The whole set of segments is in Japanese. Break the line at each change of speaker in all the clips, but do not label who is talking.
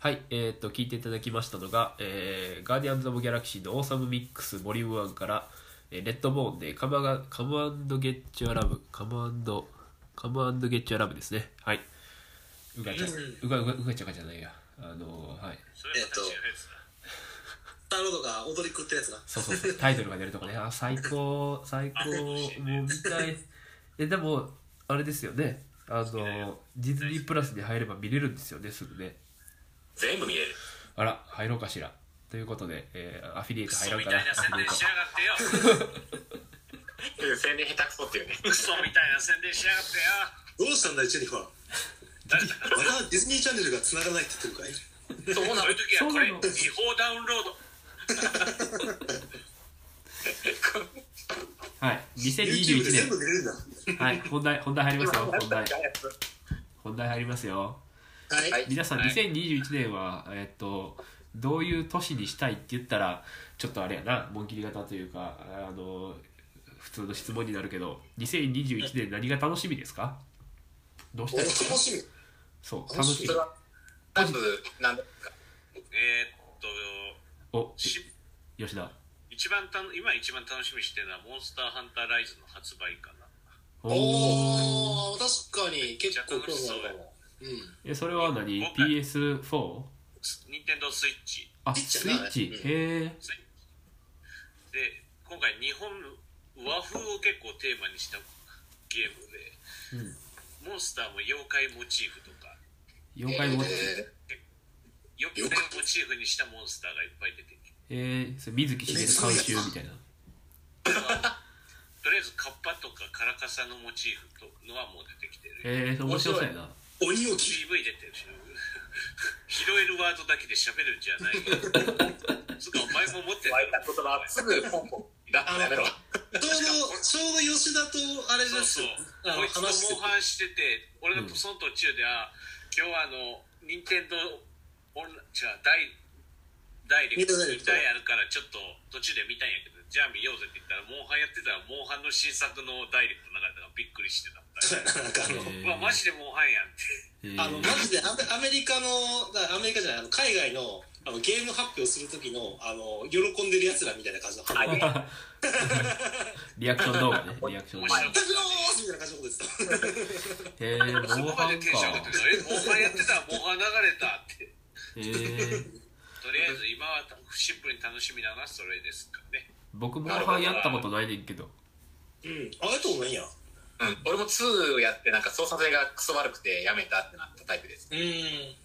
はい、えーっと、聞いていただきましたのが、えーガーディアンズ・オブ・ギャラクシーのオーサム・ミックス・ボリューム1から、えーレッド・ボーンでカムが、カムゲッチュ・ア・ラブ、カムカムゲッチュ・ア・ラブですね。はい。うがちゃん、うが、うが、うがちゃかじゃないや。あのーはい。
それまた違うやつだ。
スターロードが踊り食ってるやつな
そうそうそう、タイトルが出るとかね、あ、最高、最高、もう見たい。え、でも、あれですよね。あの、ディズニープラスに入れば見れるんですよね、すぐね。
全部見れる
あら、入ろうかしら。ということで、えーアフィリエイト入
クソ
ろう
み
か
た
な。
いな宣
アフィリエ
伝
イト
しやがってよ。
宣伝下手くそっていうね
クソみたいな宣伝しやがってよ。
どうしたんだいジェニファー
誰だ
まだディズニーチャンネルが繋がらないって言ってるかい
そうなるときはこれ違
そうなの
法ダウンロード。
はい、
YouTube で全部
2021
見れるんだ
年。はい、本題、本題入りますよ、本題。
は
本題入りますよ。
はい、
い
皆さん、
はい
2021年は、えっと、どういう年にしたいって言ったら、ちょっとあれやな、紋切り型というか、あの、普通の質問になるけど、2021年何が楽しみですかどうし
お
たい
楽
ですか
しみ
そう、楽
楽
しみ
しみ
それ。は全部なんだ
えーっと、
お、
し
吉田。
一番たの今一番楽しみにしてるのはモンスターハンターライズの発売かな。
おー
おー確かに
めっ
結
ちゃ
構
楽しそうだよ。
うん
え、それは何
今回
?PS4?
ニンテンドースイッチ。
あ、
ス
ス
イ
イ
ッ
ッ
チ
チ
だね。
へえ。
スイッチで、今回日本和風を結構テーマにしたゲームで、
うん
モンスターも妖怪モチーフとか、
妖怪ウォッチ。
え
妖怪をモチーフにしたモンスターがいっぱい出てきて、
えー、それ水木しげる監修みたいな。
とりあえずカッパとかカラカサのモチーフとのはもう出てきてる。
えー、面白そうやな。
ー鬼を切
PV 出てるし 拾えるワードだけで喋るんじゃないよつうかお前も持って
湧い
た
た言葉すぐポンポン出すのやめろ
るちょうどちょうど吉田とあれで
そう
す
そう
あの
こいつ
話して
とモンハンしてて俺がその途中で、あ今日はあの任天堂オンラ違うダイダイレクト
任天堂ダイレクト
ダイあるからちょっと途中で見たんやけどじゃあ見ようぜって言ったらモンハンやってたらモンハンの新作のダイレクトの中でびっくりしてたみたいな
なんかあ の、
え
うわマジでモンハンやんって
え
あのマジでアメアメリカのだアメリカじゃないあの海外のあのゲーム発表する時のあの喜んでるやつらみたいな感じの「
あいや
リアクション動画ね。リアクション動画。へ
やったくろーす!」みたいな感じのことです
えー、
そ
モン
こ
ハ
まで
ン
テンション上がって
か。
るのえモンハンやってたらモンハン流れたって
えー、
とりあえず今はシンプルに楽しみなのはそれですかね。
僕モンハンやったことないねんけど。
うんあれともないや
うん俺も2やってなんか操作性がクソ悪くてやめたってなったタイプです
うん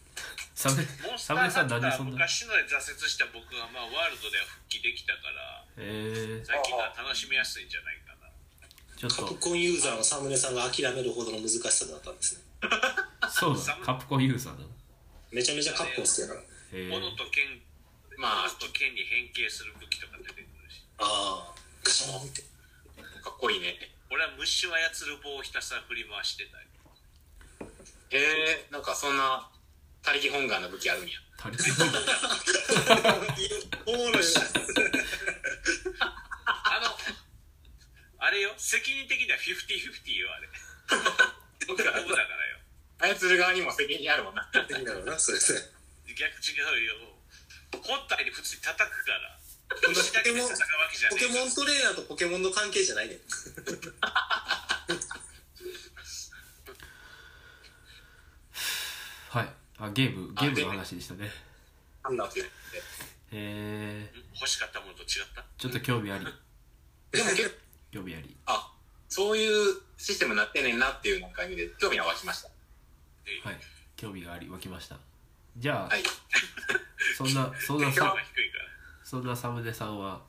サム
モンス
サ
ター
ムネ
ハ
さん
ンタ
なんで
ー
そんな。
昔ので挫折した僕はまあワールドでは復帰できたから
えー、
最近のは楽しみやすいんじゃないかな。
ちょっ
カプ
と、
コンユーザーのサムネさんが諦めるほどの難しさだったんですね
そうだ、カプコンユーザーだ。
めちゃめちゃカプコン好きだから
えー、
斧と剣
まあ
まあと剣に変形する武器とか出てくるし。
ああガシャンって
かっこいいね
俺は虫を操る棒をひたすら振り回してたり。
へえんかそんな他力本願の武器あるんや
足りてない
おもろい
あのあれよ責任的にはフィフティフィフティよあれ。僕らノブだからよ。
操る側にも責任あるもんな
的なのなそれそれ
逆違うよ。本体に普通に叩くから。虫だけで戦うわけじゃ
ポ
ね
ケ
え
モントレーナーとポケモンの関係じゃないね
はい。あ、ゲーム、ゲーム
あゲー
の
ム
話でしたね。
なんだって言って
え
欲しかったものと違った
ー、ちょっと興味あり、
でも結構
興味あり。
あそういうシステムになってんねんなっていうなんか意味で興味は湧きました
はい。興味があり、湧きました。じゃあ、
はい
そんな、そんな
評
さ
価、低いから
そんなサムネさんは、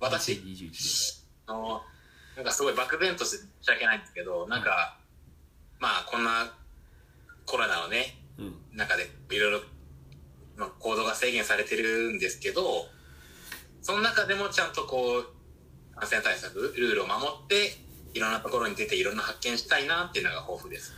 私
21年。
あのなんかすごい漠然として申し訳ないんですけどなんか、まあこんなコロナのね
うん。
中でいろいろ、まあ、行動が制限されてるんですけどその中でもちゃんとこう感染対策ルールを守っていろんなところに出ていろんな発見したいなっていうのが豊富です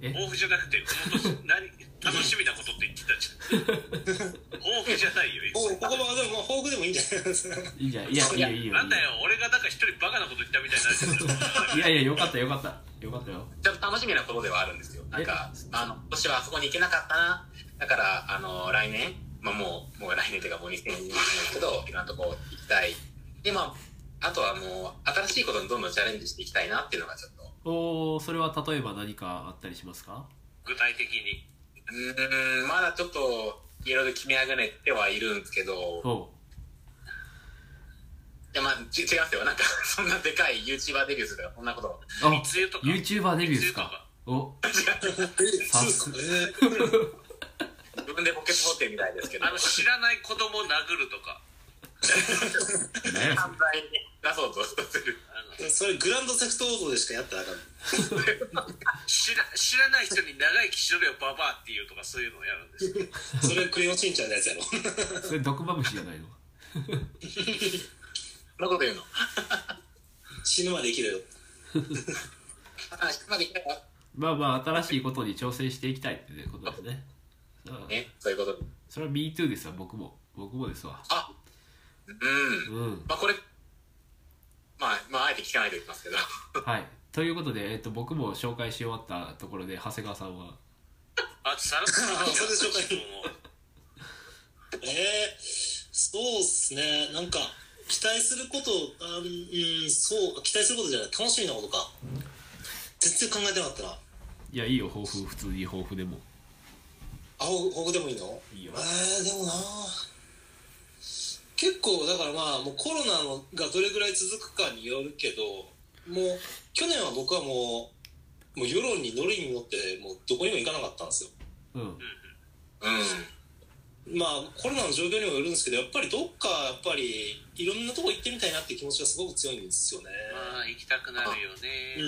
え、
豊富じゃなくてこの年何楽しみなことって言ってた じゃん豊富じゃないよ
おここはでもまあフォークでもいいんじゃないですか
いいじゃん。いや、いや、いいよ。
なんだよ俺がなんか一人バカなこと言ったみたいになる け
いい
ど
よ。いやいや、よかった、よかった。よかったよ。
ちょっと楽しみなことではあるんですよなんか、まあ、あの今年はあそこに行けなかったなだから来年、まあ、もうもう来年というかもう2020年ですけどいろんなとこ行きたいでまああとはもう新しいことにどんどんチャレンジしていきたいなっていうのがちょっと
おーそれは例えば何かあったりしますか
具体的に。
うーんまだちょっといろいろ決めあぐねてはいるんですけど
お
いやまあち違いますよなんか そんなでかい YouTuber デビューするとかそんなこと
あ
つゆとか。
YouTuber デビューですかお
そうですかね。
自分でポケット持ってるみたいですけど
あの、知らない子供を殴るとか。
何やそれ
犯罪に出そうとする
あの
それグランドセフトオートでしかやったらあかん。
知ら知らない人に長生きしろよババアっていうとかそういうのをやるんですよ
それクレヨンしんちゃんのやつやろ。
それ毒まぶしじゃないの
そんなこと言うの
死ぬまで生きるよ。
あまあできれば
まあまあ新しいことに挑戦していきたいっていうことですねあ
ねそういうこと
それは MeToo ですわ僕も僕もですわ
あうん
うん
まあこれ、まあ、まあ、あえて聞かないといきますけど、
はいということで、えっと、僕も紹介し終わったところで長谷川さんは
あとさらっと
それでしょうか
も
ええそうっすね。なんか、期待すること、あうん、そう、期待することじゃない。楽しみなことか。全然考えてなかったな。
いやいいよ抱負普通に抱負でも
あ、ほほぐでもいいの
いいよ
えー、でもな結構だからまあもうコロナのがどれぐらい続くかによるけどもう去年は僕はもうもう世論に乗りに乗ってもうどこにも行かなかったんですよ
うん
うん、
まあコロナの状況にもよるんですけどやっぱりどっかやっぱりいろんなとこ行ってみたいなっていう気持ちがすごく強いんですよね、
まあ行きたくなるよね
う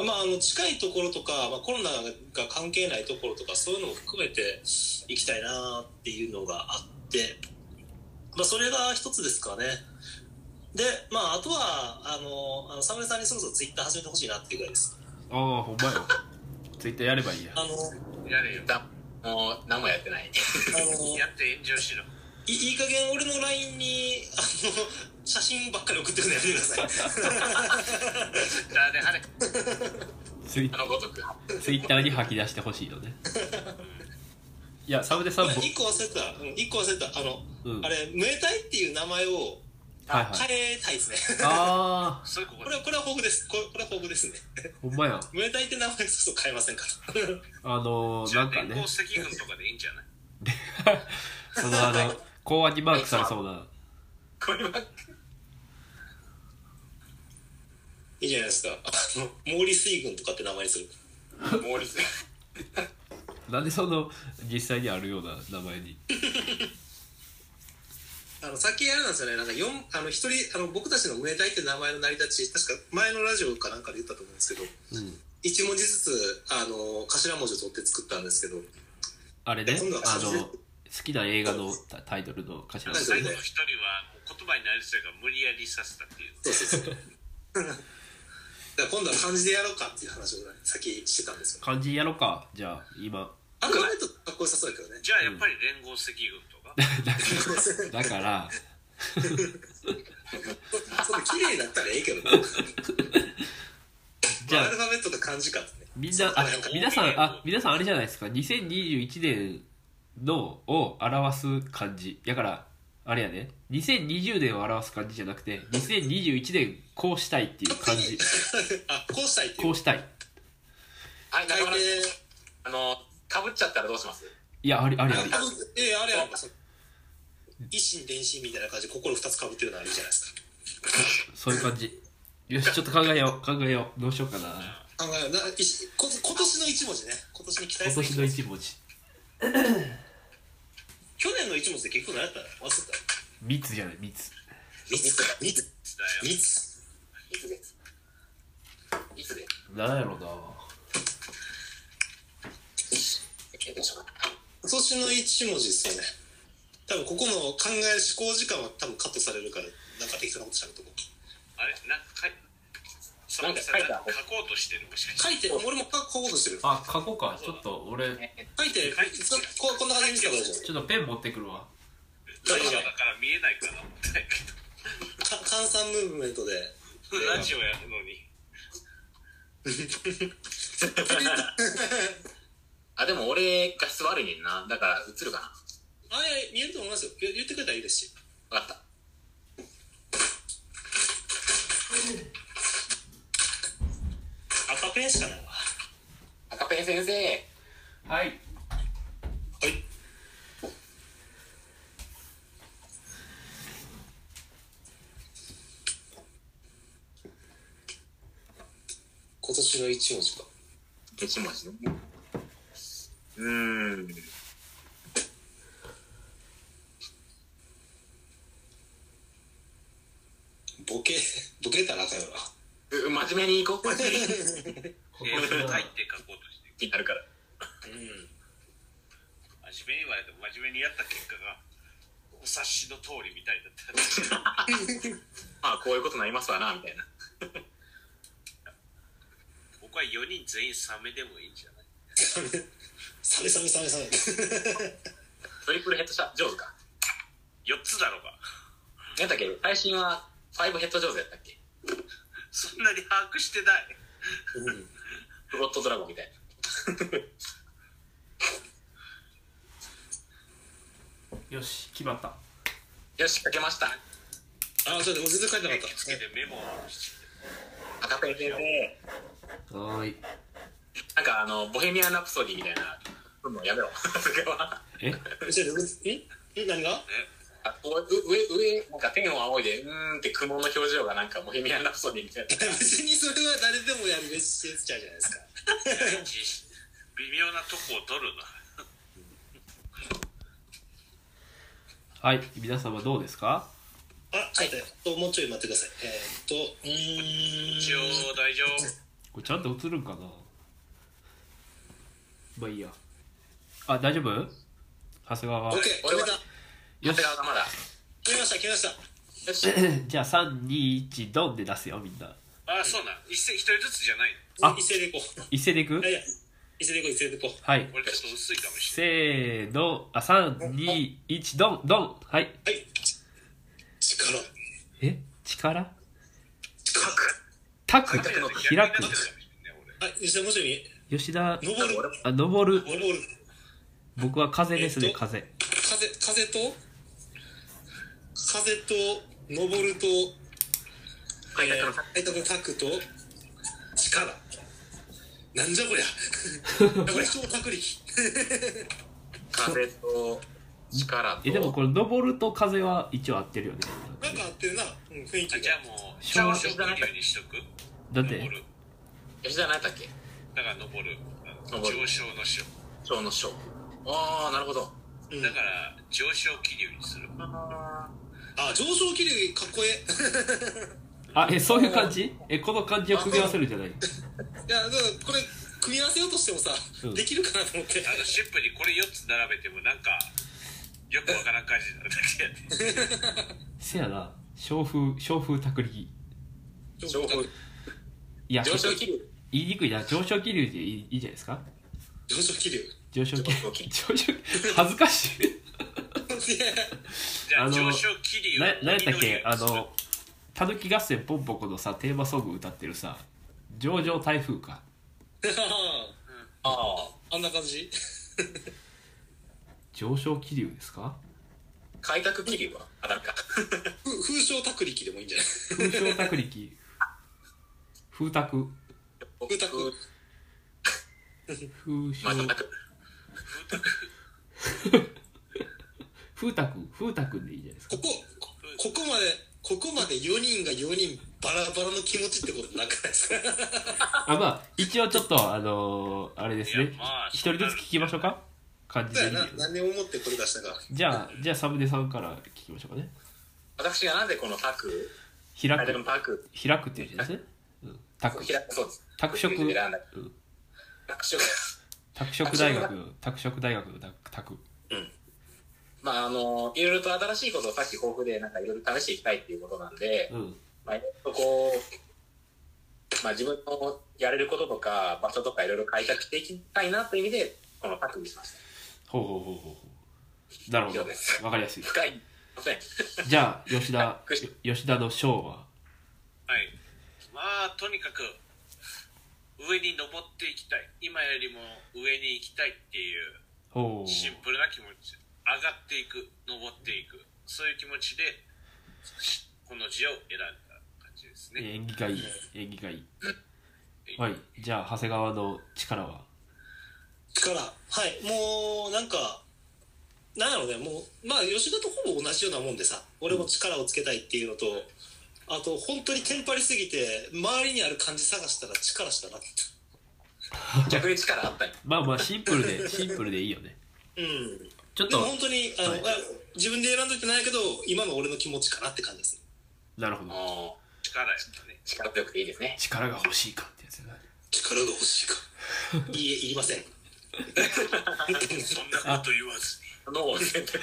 ん、まああの近いところとか、まあ、コロナが関係ないところとかそういうのも含めて行きたいなっていうのがあって、まあ、それが一つですかねでまああとはあのあのサムネさんにそろそろツイッター始めてほしいなっていうぐらいです
ああほんまよツイッターやればいいや
あのあ
やれよ
だもう何もやってない。
の
やって炎上しろ
いいい加減俺の LINE にあの写真ばっかり送ってくるのやめてください
誰で晴れ
ツイ
あのごとく。
ツイッターに吐き出してほしいのねいやサムネさんも、
1個忘れてた1個忘れてたあの、
うん、
あ
はい
れムエタイっていう名前を
はい
変えたいですね
ああ
そういうこ
ことれは、これは抱負です。これこれは抱負ですね。
ほんまや
ムエタイって名前そうそう変えませんから。
あのー、
じゃ
な
あ
んか
連
ね
合赤軍とかでいいんじゃない
そのあの公安にマークされそうな
これは、
いいじゃないですか。あの、毛利水軍とかって名前にする。
モーリ ス。
なんでその実際にあるような名前に
あの、さっきあれなんですよね。なんか四あの、一人、あの、僕たちのムエタイって名前の成り立ち、確か前のラジオかなんかで言ったと思うんですけど、
うん
一文字ずつ、あの、頭文字を取って作ったんですけど、
あれね
今度は
あ
それ
の好きな映画のタタイトルの頭
タイト
最
ル
後
ね
の一人はもう言葉になりそうやから無理やりさせたっていう
そうそう そう。だから今度は漢字でやろうかっていう話を、ね、さっきしてたんですよ。
漢字やろうかじゃあ今
アルファベットかっこよさそうだけどね。
じゃあやっぱり連合赤軍と か
だから
その綺麗だったらええけどね。
じゃあ
アルファベットと漢字かってね。
みんな、あ
そうなん、か
皆さん、あ、皆さんあれじゃないですか。2021年のを表す漢字。だから、あれやね。2020年を表す漢字じゃなくて、2021年こうしたいっていう漢字。
あ、こうしたいってい
こ
う。
うしたい。
はい、
書
中
い
村
て
さんあの、かぶっちゃったらどうします
いや、あり、ありあり。
あのええあれやんかその一心伝心みたいな感じで心二つかぶってるのあるじゃないです
そういう感じ。よし、ちょっと考えよう。考えよう。どうしようかな。
か考えような一こ今年の一文字ね今年に期待
今
する
年の一文字。
去年の一文字って結構何やったの忘れた
密じゃない、密。
密か密
だよ
密
いつです。いつで。
なんやろうな。
えどうしようか
今年の一文字ですよね多分ここの考える思考時間は多分カットされるからなんか適当なことしゃべっとこう
あれなんかかいそ
なんか書い
な
た
んか書こうとしてるもしかして
書いて俺も書こうとしてる
あ、過去か。ちょっと俺、
書いて
書いて
そここんな感じにしたら大丈
ちょっとペン持ってくるわ。
ラジオだから見えないからもったいないけど
夫か換算ムーブメントで
ラジオやるのに
あ、でも俺、画質悪いねんな。だから、映るかな。
あいや見えると思いますよ言言ってくれたらいいですし
分かった
赤ペンしかないわは
赤ペン先生
はい
い今年の一文字か
一文字ねうーん
ボケボケたらあかんよな
う真面目にいこ うこれ気
英語で入って書こうとして
になるから
うん
真面目に言われても真面目にやった結果がお察しの通りみたいだった
まあこういうことになりますわなみたいな
僕は4人全員サメでもいいんじゃない
サメサメサメサメ
トリプルヘッドシャ上手か
?4 つだろうが
何だっけ最新は5ヘッド上手やったっけ
そんなに把握してない
うん
フロットドラゴンみたいな
よし決まった
よし書けました
あそうだ俺全然書いてなか
手
っ
つけ
た
てメモをして
赤ペン先生
はーい
なんかあのボヘミアン・ラプソディみたいなもうやめろそれは
え
ちょっとえん何が
あこう上上なんか天を仰いでうーんって雲の表情がなんかボヘミアン・ラプソディみたい な
別にそれは誰でもやるべしやつちゃうじゃないですか
微妙なとこを取るの
はい皆様どうですか
あちょっと待って、ともうちょい待ってくださいえーっとうーん
一応大丈夫
これちゃんと映るんかなまあいいやあ大丈夫長谷川は
OK
よし
決めた
長谷川がまだ
決めました決めました
よ し
じゃあ321ドンで出すよみんな
ああそうなん一斉一人ずつじゃない
あ
一斉でいこう
一斉でいく
いやいや一斉でいこう一斉でいこう
はい
の俺ちょっと薄いかもしれない
せーのあ321ドンドンはい
はい力
え力
力
タク
開くの
開く
はいそしてもうちょい
吉田
右登る
あ登る
登る
僕は風です
え
ね
っと
風
風風と風と登ると
開拓の
開拓の拓と力なんじゃこりゃこれ超拓力
風と力と
えでもこれ登ると風は一応合ってるよね
なんか合ってるな、うん、雰囲気
あ
が
じゃあもう
小
朝
食
食流にしとく
だって
登る
吉田何やったっけ
だから登る
登る
上昇の昇
蝶の章ああなるほど
うん
だから上昇気流にする
あ上昇気流かっこえ
あえそういう感じえこの感じを組み合わせるんじゃない
えいやだからこれ組み合わせようとしてもさ、
うん
できるかなと思って
あのシップにこれ4つ並べてもなんかよくわからん感じになるだけやね
せやな小風小風卓力
上昇
いや
上昇
ちょっと
気流
言いにくいな上昇気流でいいいいじゃないですか
上昇気流い
上昇気
上昇気流
上昇恥ずかしい
や
じゃ
あ
あ
の
上昇気流
な何やったっ けあ
鬼
の「たぬき合戦ポンポコ」のさテーマソング歌ってるさ「上場台風か」
ああ
あんな感じ
上昇気流ですか
開拓気流はあなんか
ふ風昇拓力でもいいんじゃない
風昇卓力 風卓
風
僕
拓
風昇
まあ全く
風卓風卓でいいじゃないですか
こここここまでここまで4人が4人バラバラの気持ちってことなくないですか
あまあ一応ちょっとあのーあれですね
いやまあ
一人ずつ聞きましょうか感じ
そう
で
や
いいよ
な何を思ってこれ出したか
じゃあじゃあサムネさんから聞きましょうかね
私がなぜこのタク
開
開拓の
く
タク
開くっていう字ですね、うん、拓
開拓そうです
拓殖
選んだ
うん
拓殖
拓殖大学の拓殖大学の拓拓
まああのいろいろと新しいことをさっき豊富でなんかいろいろ試していきたいっていうことなんで、
うん
まあ、いろいろとこう、まあ、自分のやれることとか場所とかいろいろ開拓していきたいなという意味でこのタクにしました
ほうほうほうほうほうなるほ
以
ど
上です
わかりやすい
深い ません
じゃあ吉 田よ吉田の章は
はいまあとにかく上に登っていきたい今よりも上に行きたいっていう
ほう
シンプルな気持ち上がっていく登っていくそういう気持ちでこの字を選んだ感じですね、
演技会演技会はいじゃあ長谷川の力は
力はいもうなんかなんやろうねもうまあ吉田とほぼ同じようなもんでさ俺も力をつけたいっていうのとあと本当にテンパりすぎて周りにある感じ探したら力したな
逆に力あったり。
まあまあシンプルでシンプルでいいよね
うん
ちょっ
でも
と
本当にあの、
はい
あ自分で選んどいてないけど今の俺の気持ちかなって感じです
なるほど
ああ、
力やったね
力強くていいですね。
力が欲しいかってやつだね
力が欲しいかいいえ言いません
そんなこと言わずに
脳を選択。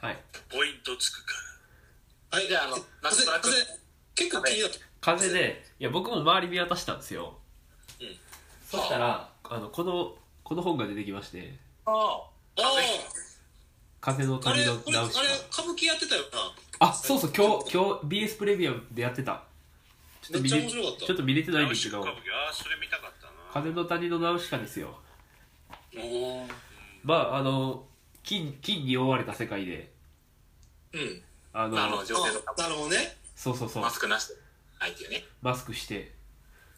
はい
ポイントつくから
はい
じゃあ、あの、なん
風
となく、
風結構気になった
風でいや僕も周り見渡したんですよ、
うん
そしたらあのこのこの本が出てきまして
あ
ああ
「風の
あれ
鳥の
これあ
ナ
れ
ウシカ」
歌舞伎やってたよな
あそうそう今日今日 BS プレミアムでやってたちょっと見
めっ
れ
ちゃ面白かった
ちょっと見れてないん
ナウ
で
シ
すけ
カ
ど
歌舞伎ああそれ見たかっ
「
たな
風の谷のナウシカ」ですよ
おー
まああの金金に覆われた世界で
うん
あ
あ、
の
あの、女性とか
あ、なるほどね
そうそうそう
マスクなしで。はいっていうね。
マスクして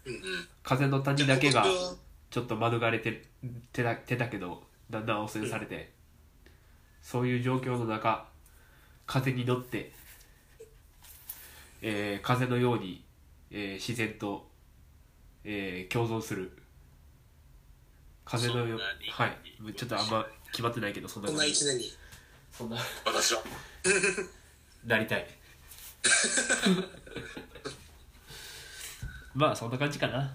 うん。
風の谷だけが
じゃあ今年は
ちょっと免れててだてだけどだんだん汚染されて、そういう状況の中風に乗って、えー風のように、えー自然と、えー共存する風のよう
そんなに
はいちょっとあんま決まってないけどそんな
こんな
感じ
一年に
そんな
私は。
なりたい まあそんな感じかな、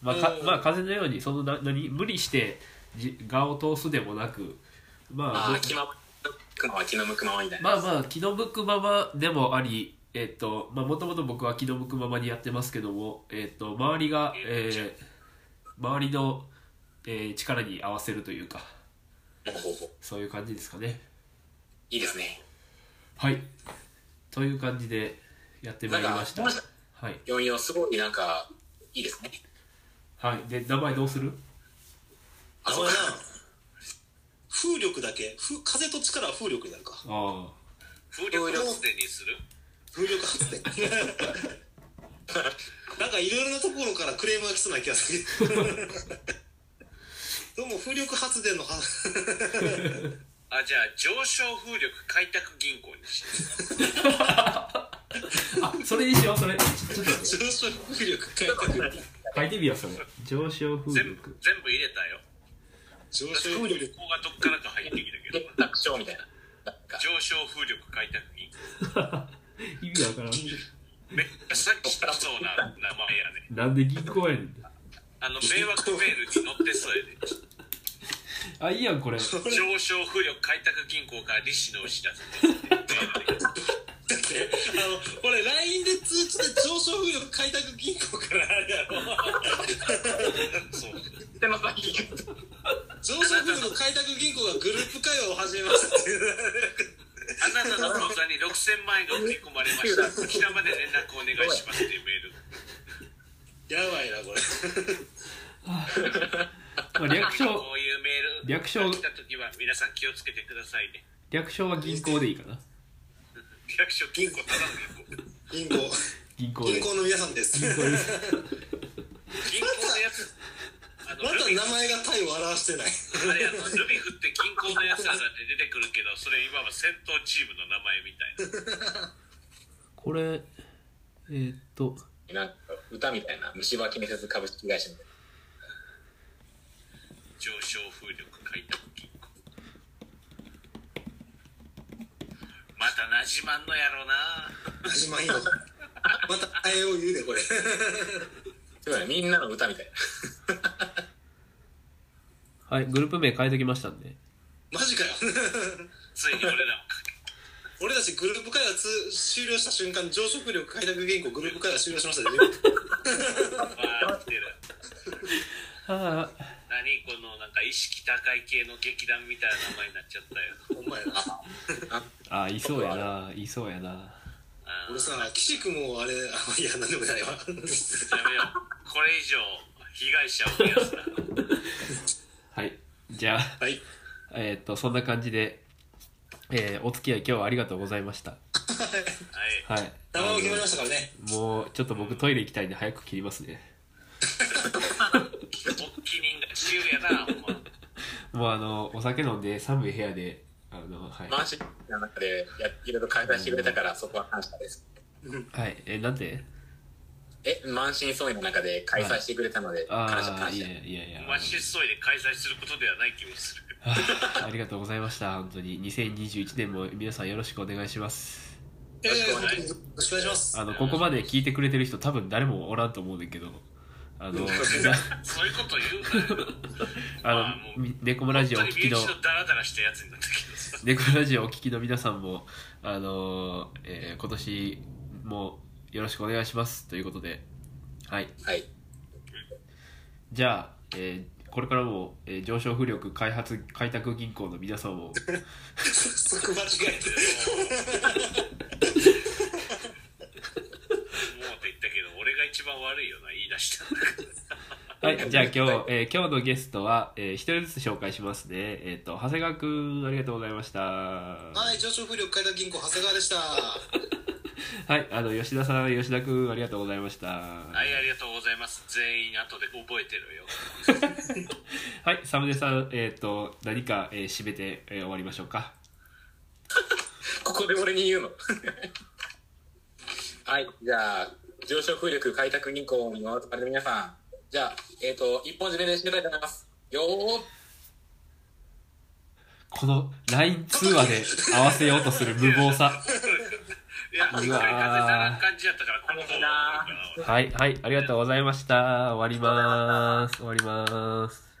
まあか
うん
まあ風のようにそのな何無理してじ画を通すでもなくまあ
ああ、
ど
気まくまは気の向くままみたいな。
まあまあ気の向くままでもありえっとまあもともと僕は気の向くままにやってますけどもえっと周りが、えー周りの、えー力に合わせるというか
ほうほう
そういう感じですかね
いいですね。
はいという感じでやってまいりました
なんか
はい
4、4、すごい、なんか、いいですね。
はい、で名前どうする
あ、
あ
そ
そうう
か
や。な風力だけ風風と力は風力になるか
あ
風力発電にする
風力発電なんかいろいろなところからクレームが来そうな気がする どうも風力発電のは
あじゃあ上昇風力開拓銀行にしよ
ああそれにしようそれちょちょっと待って
上昇風力開拓
書いてみようそれ上昇
う
風
全部
力
全部入れたよ
上
風
昇風
力
力
ここがどっからか入ってきたけど
結託症みたいな。なんか、
上昇風力開拓銀 行
意味わからん
めっちゃさっきしたそうな名前やね
なんで銀行やねん
あ の迷惑メールに載ってそうやね
あいいやんこれ
これ
上昇風力開拓銀行から利子の牛だって
だってあの俺 LINE で通知で上昇風力開拓銀行からあれやろ
そう
手の先に。
上昇風力開拓銀行がグループ会話を始めましたっていう
あなたの口座に6000万円が振り込まれましたこちらまで連絡お願いしますっていうメール
やばいなこれ
まあ略称
こういうメール
略称
が来た時は皆さん気をつけてくださいね
略称は銀行でいいかな
略称銀行ただの銀行
銀行
銀行で
銀行の皆さんです
銀行です
銀行のやつあの
まだ
ルビー
名前が体を表してない
あれやのルビ振って銀行のやつらだって出てくるけどそれ今は戦闘チームの名前みたいな
これえーっと
なんか、歌みたいな、虫歯建設株式会社みたいな。
上昇風力開拓銀行またなじまんのやろな
始まりのまたあえを言うねこれ
そうだね、みんなの歌みたいな。
はいグループ名変えときましたんで
マジかよ
ついに俺らをかけ
俺たちグループ会話つ終了した瞬間上昇力開拓銀行グループ会話終了しましたね
わーってる
ああ
何このなんか意識高い系の劇団みたいな名前になっちゃったよ
お
あ
前な
ーいそうやないそうやな
あー
俺さ岸君もあ れあいや何でもないわ
やめようこれ以上被害者を増やすな
はいじゃあ
はい
えっ、と、そんな感じで、えーお付き合い今日はありがとうございました。
はい。
はい。
名前を決めましたからね。
あのもう、ちょっと僕トイレ行きたいんで早く切りますね。
お気に入りが自由やな、ほんま。
もうあの、お酒飲んで寒い部屋で、あの、はい。
マンションの中でやいろいろ会話してくれたから、そこは感謝です。
はい。え、なんて
え、満身創痍の中で開催してくれたので、
あ
感謝
あ
感
ー、い
謝
や。いやいや。
まあ、失踪で開催することではない気もする。
あー ありがとうございました。本当に。2021年も皆さんよろしくお願いします。
ええ
よろしくお願い
よろしくお願いします。
あの、ここまで聞いてくれてる人多分誰もおらんと思うねんだけど、あの、
そういうこと言うなよ。
あの、み猫村ラジオお
本当
聞
に
き
身
の
内、のダラダラしたやつになったけどさ。
猫ラジオお聞きの皆さんも、あの、えー今年もよろしくお願いします。ということで、はい。
はい。
じゃあ、えーこれからも、えー上昇風力開発開拓銀行の皆さん も、
そこ間違えて。
もうって言ったけど、俺が一番悪いよな、言い出した。
はい、じゃあ今日、えー今日のゲストは、えー一人ずつ紹介しますね。えっ、と、長谷川くん、ありがとうございました。は
はい、上昇風力開拓銀行、長谷川でした。
い、あの、吉田さん、吉田くん、ありがとうございました。は
はい、ありがとうございます。全員後で覚えてるよ。
い、サムネさん、えっ、と、何か、えー締めて、えー終わりましょうか。
ここで俺に言うの はいじゃあ上昇風力開拓銀行のあれの皆さんじゃあえっ、と一本締めで締めたいと思いますよー
この LINE 通話で合わせようとする無謀さ。
いや、これ風邪な感じやったから、この方が。
はい、はい、ありがとうございました。終わります。終わります。